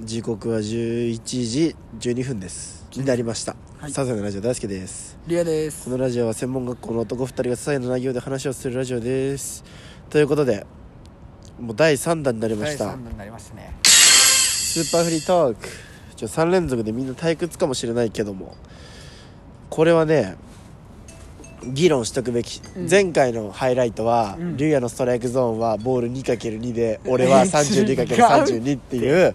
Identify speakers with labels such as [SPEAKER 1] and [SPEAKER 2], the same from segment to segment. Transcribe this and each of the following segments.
[SPEAKER 1] 時刻は11時12分ですになりました、
[SPEAKER 2] はい
[SPEAKER 1] サザエのラジオ大輔です
[SPEAKER 2] リアで
[SPEAKER 1] こ
[SPEAKER 2] す
[SPEAKER 1] のラジオは専門学校の男2人が些細な内容で話をするラジオですということでもう第3弾になりま
[SPEAKER 2] 第
[SPEAKER 1] し
[SPEAKER 2] 3
[SPEAKER 1] た
[SPEAKER 2] 弾になりましたね
[SPEAKER 1] スーパーフリートークちょ3連続でみんな退屈かもしれないけどもこれはね議論しとくべき、
[SPEAKER 2] うん
[SPEAKER 1] 前回のハイライトは、
[SPEAKER 2] うん
[SPEAKER 1] リュウヤのストライクゾーンはボール 2×2 で俺は 32×32 って いう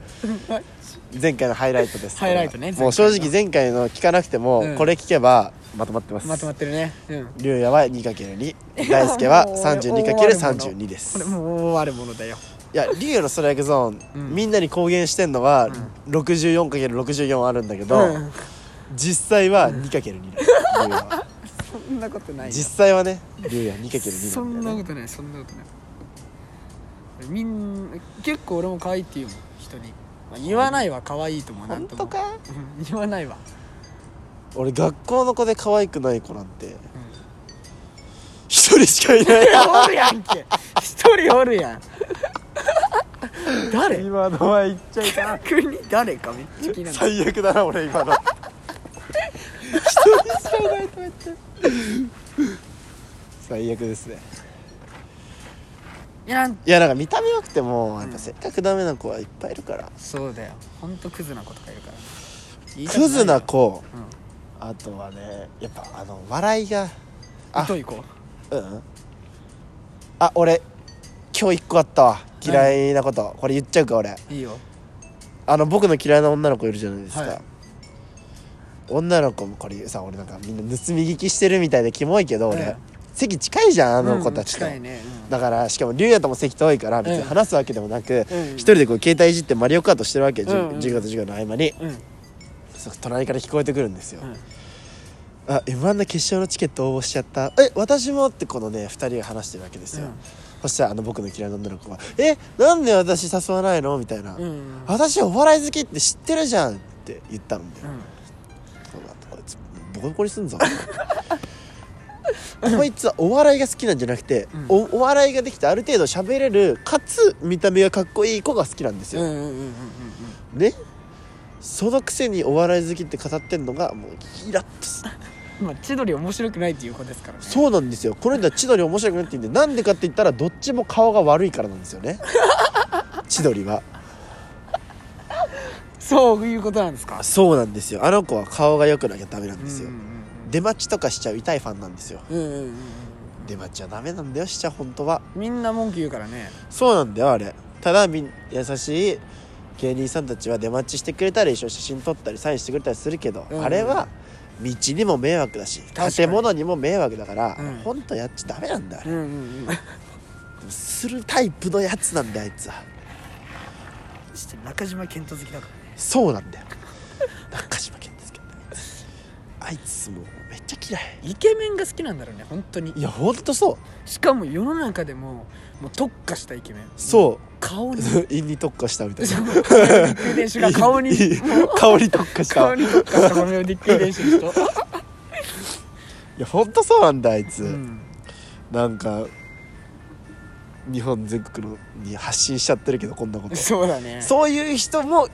[SPEAKER 1] 前回のハイライトです
[SPEAKER 2] ハイライトね
[SPEAKER 1] もう正直前回の聞かなくても、
[SPEAKER 2] うん
[SPEAKER 1] これ聞けばまとまってます
[SPEAKER 2] まとまってるねうん
[SPEAKER 1] リュウヤは 2×2 大輔は
[SPEAKER 2] もう大悪
[SPEAKER 1] 32×32
[SPEAKER 2] 者
[SPEAKER 1] です
[SPEAKER 2] これもう悪者だよ
[SPEAKER 1] いやリュウのストライクゾーン、
[SPEAKER 2] うん
[SPEAKER 1] みんなに公言してんのは、
[SPEAKER 2] う
[SPEAKER 1] 64×64 あるんだけど、
[SPEAKER 2] うん
[SPEAKER 1] 実際は 2×2 だ、竜也は
[SPEAKER 2] そんなことないよ
[SPEAKER 1] 実際はね竜也は 2×2
[SPEAKER 2] そ
[SPEAKER 1] なんんだ
[SPEAKER 2] な
[SPEAKER 1] よ、
[SPEAKER 2] こ
[SPEAKER 1] ね、
[SPEAKER 2] とないそんなことないみん結構俺も可愛いって言うもん人に、まあ、言わないは可愛いと思うなん
[SPEAKER 1] 本
[SPEAKER 2] とも
[SPEAKER 1] 当か
[SPEAKER 2] うん言わないわ、
[SPEAKER 1] 俺学校の子で可愛くない子なんて
[SPEAKER 2] う
[SPEAKER 1] 一人しかい ない
[SPEAKER 2] ん、おるやんけ一人おるやん誰
[SPEAKER 1] 今のは言っちゃいかん
[SPEAKER 2] 逆に誰かめっちゃ気になる
[SPEAKER 1] 最悪だな俺今の一人しかいないと言って最悪ですね
[SPEAKER 2] いやなん
[SPEAKER 1] いやなんか見た目良くてもやっ
[SPEAKER 2] う
[SPEAKER 1] ぱ
[SPEAKER 2] ん
[SPEAKER 1] せっかくダメな子はいっぱいいるから、
[SPEAKER 2] そうだよほんとクズな子とかいるから言いたく
[SPEAKER 1] ク
[SPEAKER 2] いよ
[SPEAKER 1] ズな子
[SPEAKER 2] うん
[SPEAKER 1] あとはねやっぱあの笑いがあ
[SPEAKER 2] 太い子
[SPEAKER 1] うんあ俺今日一個あったわ嫌いなことこれ言っちゃうか俺
[SPEAKER 2] いいよ
[SPEAKER 1] あの僕の嫌いな女の子いるじゃないですか、
[SPEAKER 2] はい
[SPEAKER 1] 女の子もこれさ俺なんかみんな盗み聞きしてるみたいでキモいけど俺、
[SPEAKER 2] うん
[SPEAKER 1] 席近いじゃんあの子たちと、
[SPEAKER 2] うん近いね、
[SPEAKER 1] だからしかも龍也とも席遠いから別に
[SPEAKER 2] うん
[SPEAKER 1] 話すわけでもなく、
[SPEAKER 2] うん
[SPEAKER 1] 一人でこう携帯いじってマリオカートしてるわけ、じゅ
[SPEAKER 2] うんうん
[SPEAKER 1] 授業と授業の合間に
[SPEAKER 2] うんうん
[SPEAKER 1] そう隣から聞こえてくるんですよ、
[SPEAKER 2] うん
[SPEAKER 1] あ m 1の決勝のチケット応募しちゃったえ私もってこのね2人が話してるわけですよ、
[SPEAKER 2] うん
[SPEAKER 1] そしたらあの僕の嫌いな女の子が「えなんで私誘わないの?」みたいな、
[SPEAKER 2] うんうん
[SPEAKER 1] 私お笑い好きって知ってるじゃん」って言ったんだよ、
[SPEAKER 2] うん
[SPEAKER 1] そうだこいつボコボコにす んぞこいつはお笑いが好きなんじゃなくて、
[SPEAKER 2] うん
[SPEAKER 1] おお笑いができてある程度喋れるかつ見た目がかっこいい子が好きなんです
[SPEAKER 2] うん
[SPEAKER 1] よ、
[SPEAKER 2] うんうんうんうん
[SPEAKER 1] ねそのくせにお笑い好きって語ってんのがもうイラッとす
[SPEAKER 2] うんまあ千鳥面白くないっていう子ですからね
[SPEAKER 1] そうなんですよこの人は千鳥面白くないって言うんでなんでかって言ったらどっちも顔が悪いからなんですよ ね千鳥は
[SPEAKER 2] そういうことなんですか
[SPEAKER 1] そうなんですよあの子は顔が良くなきゃダメなんですよ、
[SPEAKER 2] うん
[SPEAKER 1] 出待ちとかしちゃう痛いファンなんですよ
[SPEAKER 2] うんうんうんうんうん
[SPEAKER 1] 出待ちはダメなんだよしちゃ本当は
[SPEAKER 2] みんな文句言うからね
[SPEAKER 1] そうなんだよあれただみん優しい芸人さんたちは出待ちしてくれたり一緒に写真撮ったりサインしてくれたりするけど、
[SPEAKER 2] うんうん
[SPEAKER 1] あれは道にも迷惑だし
[SPEAKER 2] かに
[SPEAKER 1] 建物にも迷惑だから、
[SPEAKER 2] うん
[SPEAKER 1] 本当やっちゃダメなんだよあれ
[SPEAKER 2] うんうんうん
[SPEAKER 1] するタイプのやつなんだよあいつは
[SPEAKER 2] そして中島健人好きだからね
[SPEAKER 1] そうなんだよ中島健ですけどねあいつもうめっちゃ嫌い
[SPEAKER 2] イケメンが好きなんだろうね本当に
[SPEAKER 1] いやほんとそう
[SPEAKER 2] しかも世の中でももう特化したイケメン
[SPEAKER 1] そう
[SPEAKER 2] 顔に
[SPEAKER 1] う韻に特化したみたいな
[SPEAKER 2] 空電子が 顔に
[SPEAKER 1] いい顔に特化した
[SPEAKER 2] 顔
[SPEAKER 1] い
[SPEAKER 2] に特化したこの世で空電子の人、
[SPEAKER 1] やほんとそうなんだあいつ、
[SPEAKER 2] うん、
[SPEAKER 1] なんか日本全国のに発信しちゃってるけどこんなこと
[SPEAKER 2] そうだね
[SPEAKER 1] そういう人も
[SPEAKER 2] う、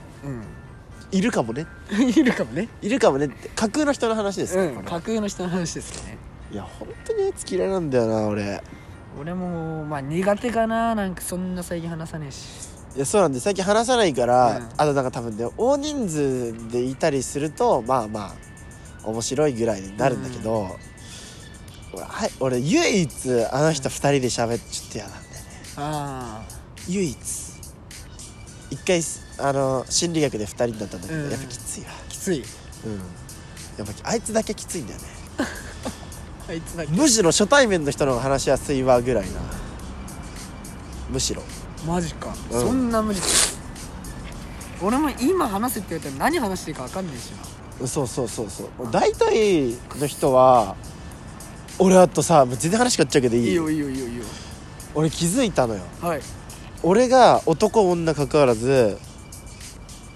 [SPEAKER 1] いるかもね
[SPEAKER 2] ん、いるかもね
[SPEAKER 1] いるかもねって架空の人の話ですよ
[SPEAKER 2] うん
[SPEAKER 1] これ
[SPEAKER 2] 架空の人の話ですよね
[SPEAKER 1] いや本当にあいつ嫌いなんだよな俺
[SPEAKER 2] 俺もまあ苦手かななんかそんな最近話さねえし
[SPEAKER 1] いやそうなんで最近話さないから、
[SPEAKER 2] うん
[SPEAKER 1] あとなんか多分ね大人数でいたりするとまあまあ面白いぐらいになるんだけど、俺はい俺唯一あの人2人で喋ってちょっと嫌なんだよね
[SPEAKER 2] あ
[SPEAKER 1] 唯一一回すあの心理学で2人になったんだけど、
[SPEAKER 2] うん
[SPEAKER 1] やっぱきついわ
[SPEAKER 2] あきつい
[SPEAKER 1] うんやっぱあいつだけきついんだよね
[SPEAKER 2] あいつだけ
[SPEAKER 1] むしろ初対面の人の方が話しやすいわぐらいなむしろ
[SPEAKER 2] マジか、
[SPEAKER 1] うん
[SPEAKER 2] そんな無理か俺も今話せって言われたら何話していいか分かんねえしな
[SPEAKER 1] そうそうそうそう大体の人は俺あとさもう全然話変わっちゃうけどいい
[SPEAKER 2] いいよいいよいいよいいよ
[SPEAKER 1] 俺気づいたのよ
[SPEAKER 2] はい
[SPEAKER 1] 俺が男女関わらず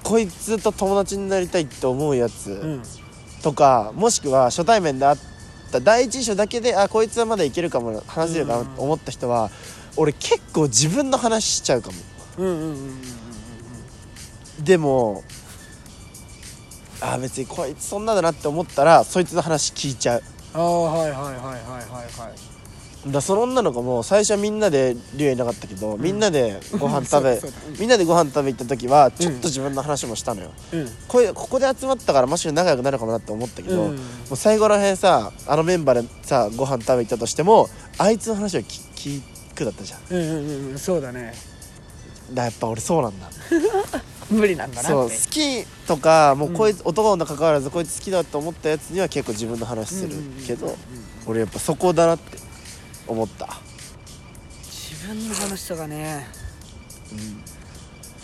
[SPEAKER 1] こいつと友達になりたいって思うや
[SPEAKER 2] う
[SPEAKER 1] つ
[SPEAKER 2] ん
[SPEAKER 1] とか、もしくは初対面で会った第一印象だけであこいつはまだいけるかも話せるかなと思った人は、俺結構自分の話しちゃうかも
[SPEAKER 2] うんうんうんうんうんうん
[SPEAKER 1] でもあー別にこいつそんなだなって思ったらそいつの話聞いちゃう
[SPEAKER 2] ああはいはいはいはいはいはい
[SPEAKER 1] だからその女の子も最初はみんなで竜いなかったけど、みんなでご飯食べ
[SPEAKER 2] そうだそうだ
[SPEAKER 1] みんなでご飯食べ行った時はちょっと自分の話もしたのよ、
[SPEAKER 2] うん
[SPEAKER 1] これここで集まったからもしかしたら仲良くなるかもなって思ったけど、
[SPEAKER 2] うん
[SPEAKER 1] もう最後らへんさあのメンバーでさご飯食べ行ったとしてもあいつの話を聞聞くだったじゃんだか
[SPEAKER 2] うんうんうんうんそうだね
[SPEAKER 1] らやっぱ俺そうなんだ
[SPEAKER 2] 無理なんだ
[SPEAKER 1] そ
[SPEAKER 2] な
[SPEAKER 1] う
[SPEAKER 2] っ
[SPEAKER 1] 好
[SPEAKER 2] て
[SPEAKER 1] きとかもう
[SPEAKER 2] うん
[SPEAKER 1] こいつ、男女関わらずこいつ好きだと思ったやつには結構自分の話する
[SPEAKER 2] うんうんうん
[SPEAKER 1] けど、
[SPEAKER 2] うん
[SPEAKER 1] 俺やっぱそこだなって思った、
[SPEAKER 2] 自分の話とかね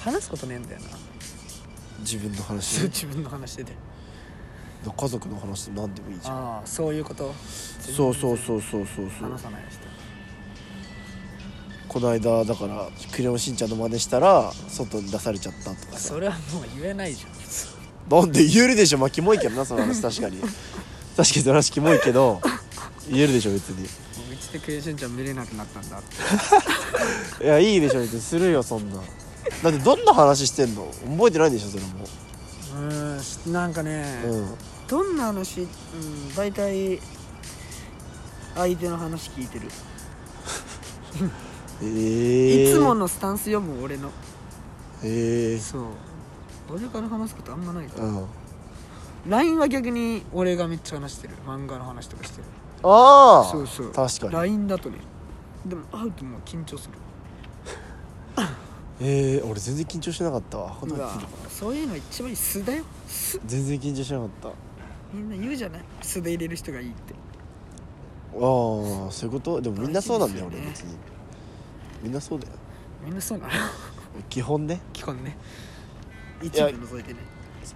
[SPEAKER 2] 話すことねえんだよな
[SPEAKER 1] 自分の話
[SPEAKER 2] 自分の話してて
[SPEAKER 1] 家族の話で何でもいいじゃん
[SPEAKER 2] ああそういうこと
[SPEAKER 1] そうそうそうそうそうそう
[SPEAKER 2] 話さない人
[SPEAKER 1] この間だから「クレヨンしんちゃん」の真似したら外に出されちゃったとかさ
[SPEAKER 2] それはもう言えないじゃん
[SPEAKER 1] なんで言えるでしょまあキモいけどなその話確かに確かにその話キモいけど言えるでしょ別に
[SPEAKER 2] もううちでクレヨンちゃん見れなくなったんだって
[SPEAKER 1] いやいいでしょ別にするよそんなだってどんな話してんの覚えてないでしょそれも
[SPEAKER 2] うーんなんかね、
[SPEAKER 1] うん
[SPEAKER 2] どんな話、うん、大体相手の話聞いてる、
[SPEAKER 1] えー、
[SPEAKER 2] いつものスタンスよもう俺の
[SPEAKER 1] えー、
[SPEAKER 2] そう俺から話すことあんまないから、
[SPEAKER 1] うん
[SPEAKER 2] LINE は逆に俺がめっちゃ話してる漫画の話とかしてる
[SPEAKER 1] ああ
[SPEAKER 2] そうそう
[SPEAKER 1] 確かに
[SPEAKER 2] LINE だとねでも会うともう緊張する
[SPEAKER 1] えー、俺全然緊張してなかったわこんな
[SPEAKER 2] う
[SPEAKER 1] の
[SPEAKER 2] わそういうの一番いい素だよ素
[SPEAKER 1] 全然緊張してなかったあ
[SPEAKER 2] みんな言うじゃない素で入れる人がいいって
[SPEAKER 1] あーそういうことでもみんなそうなんだよ
[SPEAKER 2] 大
[SPEAKER 1] 俺
[SPEAKER 2] 事で
[SPEAKER 1] 別
[SPEAKER 2] す
[SPEAKER 1] にみんなそうだよ
[SPEAKER 2] みんなそうなの
[SPEAKER 1] 基本ね
[SPEAKER 2] 基本ね一部除いてね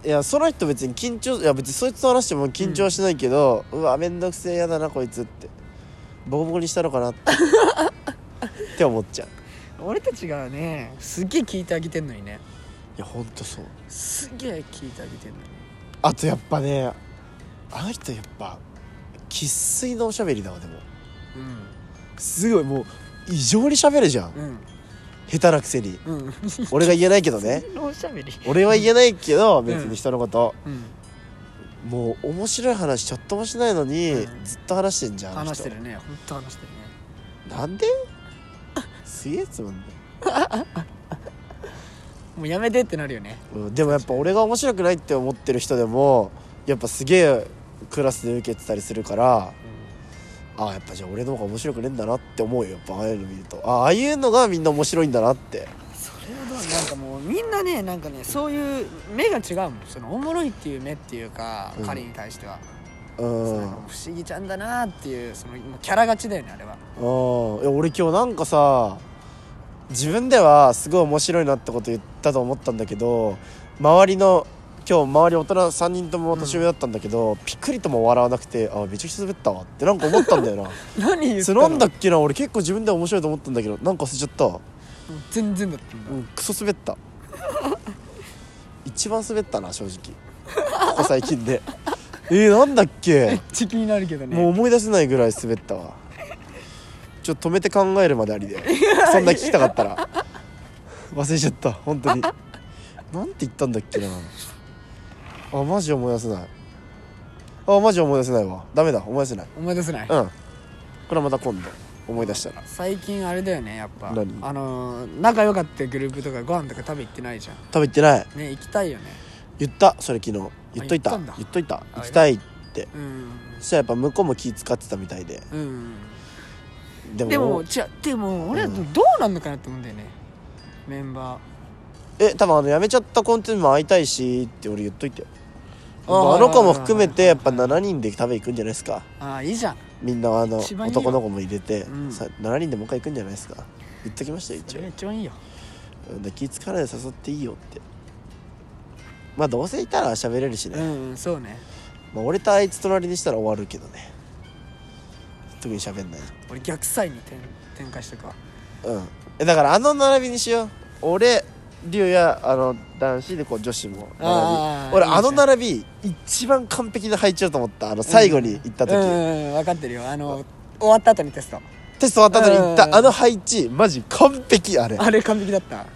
[SPEAKER 1] いやその人別に緊張いや別にそいつと話しても緊張はしないけど、うわめんどくせえやだなこいつってボコボコにしたのかなって って思っちゃうい
[SPEAKER 2] 俺たちがねすっげえ聞いてあげてんのにね
[SPEAKER 1] やほんとそう
[SPEAKER 2] すげえ聞いてあげてんのに
[SPEAKER 1] あとやっぱねあの人やっぱ生粋のおしゃべりだわでもすごいもう異常にしゃべるじゃん
[SPEAKER 2] うん
[SPEAKER 1] 下手なくせに
[SPEAKER 2] うんうん
[SPEAKER 1] 俺が言えないけど ね
[SPEAKER 2] おしゃべり
[SPEAKER 1] 俺は言えないけど
[SPEAKER 2] ん
[SPEAKER 1] 別に人のこと、
[SPEAKER 2] うん
[SPEAKER 1] もう面白い話ちょっともしないのに、
[SPEAKER 2] うん
[SPEAKER 1] ずっと話してんじゃんあの
[SPEAKER 2] 話し
[SPEAKER 1] 人
[SPEAKER 2] てるね本当話してるね
[SPEAKER 1] なんで すげえつまんない
[SPEAKER 2] もうやめてってなるよね
[SPEAKER 1] うん、でもやっぱ俺が面白くないって思ってる人でもやっぱすげえクラスで受けてたりするからああやっぱじゃあ俺の方が面白くねえんだなって思うよやっぱああいうの見るとああああいうのがみんな面白いんだなって
[SPEAKER 2] それはどうなんかもうみんなねなんかねそういう目が違うもんそのおもろいっていう目っていうか
[SPEAKER 1] うん
[SPEAKER 2] 彼に対しては、
[SPEAKER 1] うん
[SPEAKER 2] その不思議ちゃんだなっていうそのもうキャラ勝ちだよねあれは
[SPEAKER 1] うんいや俺今日なんかさ自分ではすごい面白いなってこと言ったと思ったんだけど周りの今日周り大人3人とも年上だったんだけど、ピクリとも笑わなくてあめちゃくちゃ滑ったわってなんか思ったんだよな
[SPEAKER 2] 何言っ
[SPEAKER 1] そ
[SPEAKER 2] た
[SPEAKER 1] れ
[SPEAKER 2] の
[SPEAKER 1] なんだっけな俺結構自分では面白いと思ったんだけどなんか忘れちゃったわ
[SPEAKER 2] もう全然だったんだ、
[SPEAKER 1] うん、クソ滑った一番滑ったな正直ここ最近でえー、なんだっ
[SPEAKER 2] め
[SPEAKER 1] け
[SPEAKER 2] っちゃ気になるけどね
[SPEAKER 1] もう思い出せないぐらい滑ったわちょっと止めて考えるまでありだよそんな聞きたかったら忘れちゃった本当になんて言ったんだっけなあマジ思い出せないあマジ思い出せないわダメだ思い出せない
[SPEAKER 2] 思い出せない、
[SPEAKER 1] うんこれはまた今度思い出したら
[SPEAKER 2] 最近あれだよねやっぱ
[SPEAKER 1] 何
[SPEAKER 2] あのー仲良かったグループとかご飯とか食べ行ってないじゃん
[SPEAKER 1] 食べてない
[SPEAKER 2] ね行きたいよね
[SPEAKER 1] 言ったそれ昨日言っといた
[SPEAKER 2] あ
[SPEAKER 1] 言
[SPEAKER 2] 言ったんだ
[SPEAKER 1] っといた
[SPEAKER 2] あ
[SPEAKER 1] 行きたいって
[SPEAKER 2] うん
[SPEAKER 1] そしたらやっぱ向こうも気使ってたみたいで
[SPEAKER 2] うん
[SPEAKER 1] でも
[SPEAKER 2] でも違うでも俺は
[SPEAKER 1] うん
[SPEAKER 2] どうなんのかなって思うんだよね、メンバー
[SPEAKER 1] え多分あの辞めちゃったコンテンツも会いたいしって俺言っといて
[SPEAKER 2] あ
[SPEAKER 1] あ
[SPEAKER 2] ー
[SPEAKER 1] あの子も含めてやっぱ7人で食べ行くんじゃないですか
[SPEAKER 2] ああいいじゃん
[SPEAKER 1] みんなあの
[SPEAKER 2] 一番いいわ
[SPEAKER 1] 男の子も入れて、
[SPEAKER 2] うん
[SPEAKER 1] さ7人でもう一回行くんじゃないですか言っときましたよ一応
[SPEAKER 2] それが一番いいよ
[SPEAKER 1] うんで気使わないで誘っていいよってまあどうせいたら喋れるし
[SPEAKER 2] う
[SPEAKER 1] ね、
[SPEAKER 2] ん、うん、そうね
[SPEAKER 1] まあ、俺とあいつ隣にしたら終わるけどね特に喋んない
[SPEAKER 2] 俺逆サイに転展開してくわ
[SPEAKER 1] うんえだからあの並びにしよう俺龍やあの男子でこう女子も
[SPEAKER 2] あ
[SPEAKER 1] 並
[SPEAKER 2] ー
[SPEAKER 1] び俺
[SPEAKER 2] いいじゃん
[SPEAKER 1] あの並び一番完璧な配置だと思ったあの最後に行った時、
[SPEAKER 2] うんうんうん分かってるよあの終わった後にテスト
[SPEAKER 1] テスト終わった後に行っ
[SPEAKER 2] うん
[SPEAKER 1] たあの配置マジ完璧あれ
[SPEAKER 2] あれ完璧だった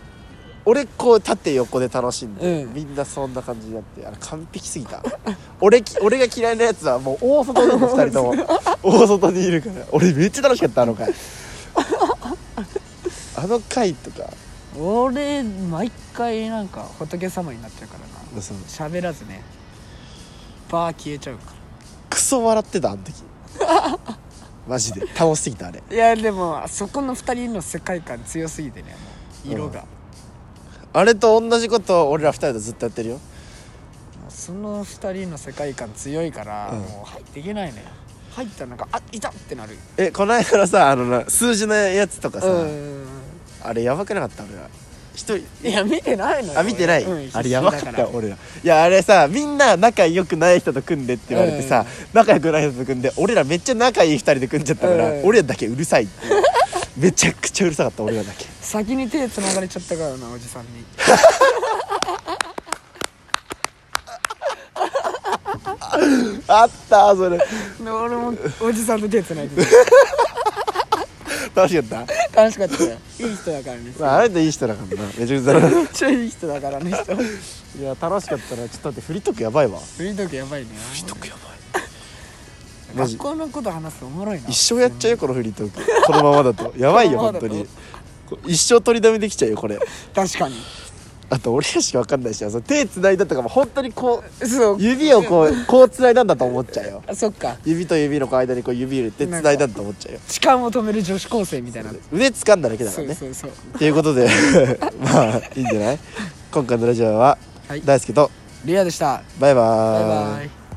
[SPEAKER 1] 俺こう縦横で楽しんで、
[SPEAKER 2] うん
[SPEAKER 1] みんなそんな感じになってあれ完璧すぎた俺き俺が嫌いなやつはもう大外でも2人とも 大外にいるから俺めっちゃ楽しかったあの回あの回とか
[SPEAKER 2] 俺毎回なんか仏様になっちゃうからな
[SPEAKER 1] その
[SPEAKER 2] 喋らずねバー消えちゃうか
[SPEAKER 1] クソ笑ってたあの時 マジで楽しすぎたあれ
[SPEAKER 2] らいやでもあそこの2人の世界観強すぎてねもう色が、
[SPEAKER 1] あれと同じことを俺ら2人とずっとやってるよ
[SPEAKER 2] もうその2人の世界観強いから、
[SPEAKER 1] うん
[SPEAKER 2] もう入っていけないのよ入ったらなんかあいたってなる
[SPEAKER 1] えこの間のさあのな数字のやつとかさ、
[SPEAKER 2] うん
[SPEAKER 1] あれやばくなかった俺ら一人
[SPEAKER 2] いや見てないのよ
[SPEAKER 1] あ見てない、
[SPEAKER 2] 俺うん
[SPEAKER 1] あれやばか
[SPEAKER 2] 必
[SPEAKER 1] っ
[SPEAKER 2] 死だ
[SPEAKER 1] た
[SPEAKER 2] ら
[SPEAKER 1] 俺らいやあれさみんな仲良くない人と組んでって言われてさ、仲良くない人と組んで俺らめっちゃ仲いい二人で組んじゃったから、
[SPEAKER 2] うん
[SPEAKER 1] 俺らだけうるさいっていうめちゃくちゃうるさかった俺らだけ
[SPEAKER 2] 先に手繋がれちゃったからなおじさ んに
[SPEAKER 1] あったそれ
[SPEAKER 2] で俺もおじさんと手繋いで
[SPEAKER 1] 楽しかった
[SPEAKER 2] 楽しかったよいい人だからね
[SPEAKER 1] た、まあ、あれでいい人だからなめちゃくちゃ楽し
[SPEAKER 2] めっちゃいい人だからね人
[SPEAKER 1] いや楽しかったなちょっと待ってフリートークやばいわ
[SPEAKER 2] フリートークやばいね
[SPEAKER 1] フリートークやばマジ
[SPEAKER 2] 学校のこと話すとおもろいない
[SPEAKER 1] 一生やっちゃうよこのフリートークこのままだとやばいよ
[SPEAKER 2] このま
[SPEAKER 1] 本当
[SPEAKER 2] まだと
[SPEAKER 1] にこ一生取りだめできちゃうよこれ
[SPEAKER 2] 確かに
[SPEAKER 1] あと俺らしか分かんないしあの手繋いだとかも本当にこう
[SPEAKER 2] そう
[SPEAKER 1] 指をこうこう繋いだんだと思っちゃうよ
[SPEAKER 2] あそっか
[SPEAKER 1] 指と指のこう間にこう指入れて繋いだんだと思っちゃうよ
[SPEAKER 2] 痴漢を止める女子高生みたいな
[SPEAKER 1] 腕掴んだだけだか
[SPEAKER 2] そ
[SPEAKER 1] ら
[SPEAKER 2] う
[SPEAKER 1] ね
[SPEAKER 2] そうそう
[SPEAKER 1] ということで まあいいんじゃない今回のラジオは
[SPEAKER 2] はい
[SPEAKER 1] 大輔と
[SPEAKER 2] リアでした
[SPEAKER 1] バイバ
[SPEAKER 2] バイ
[SPEAKER 1] ー
[SPEAKER 2] バイ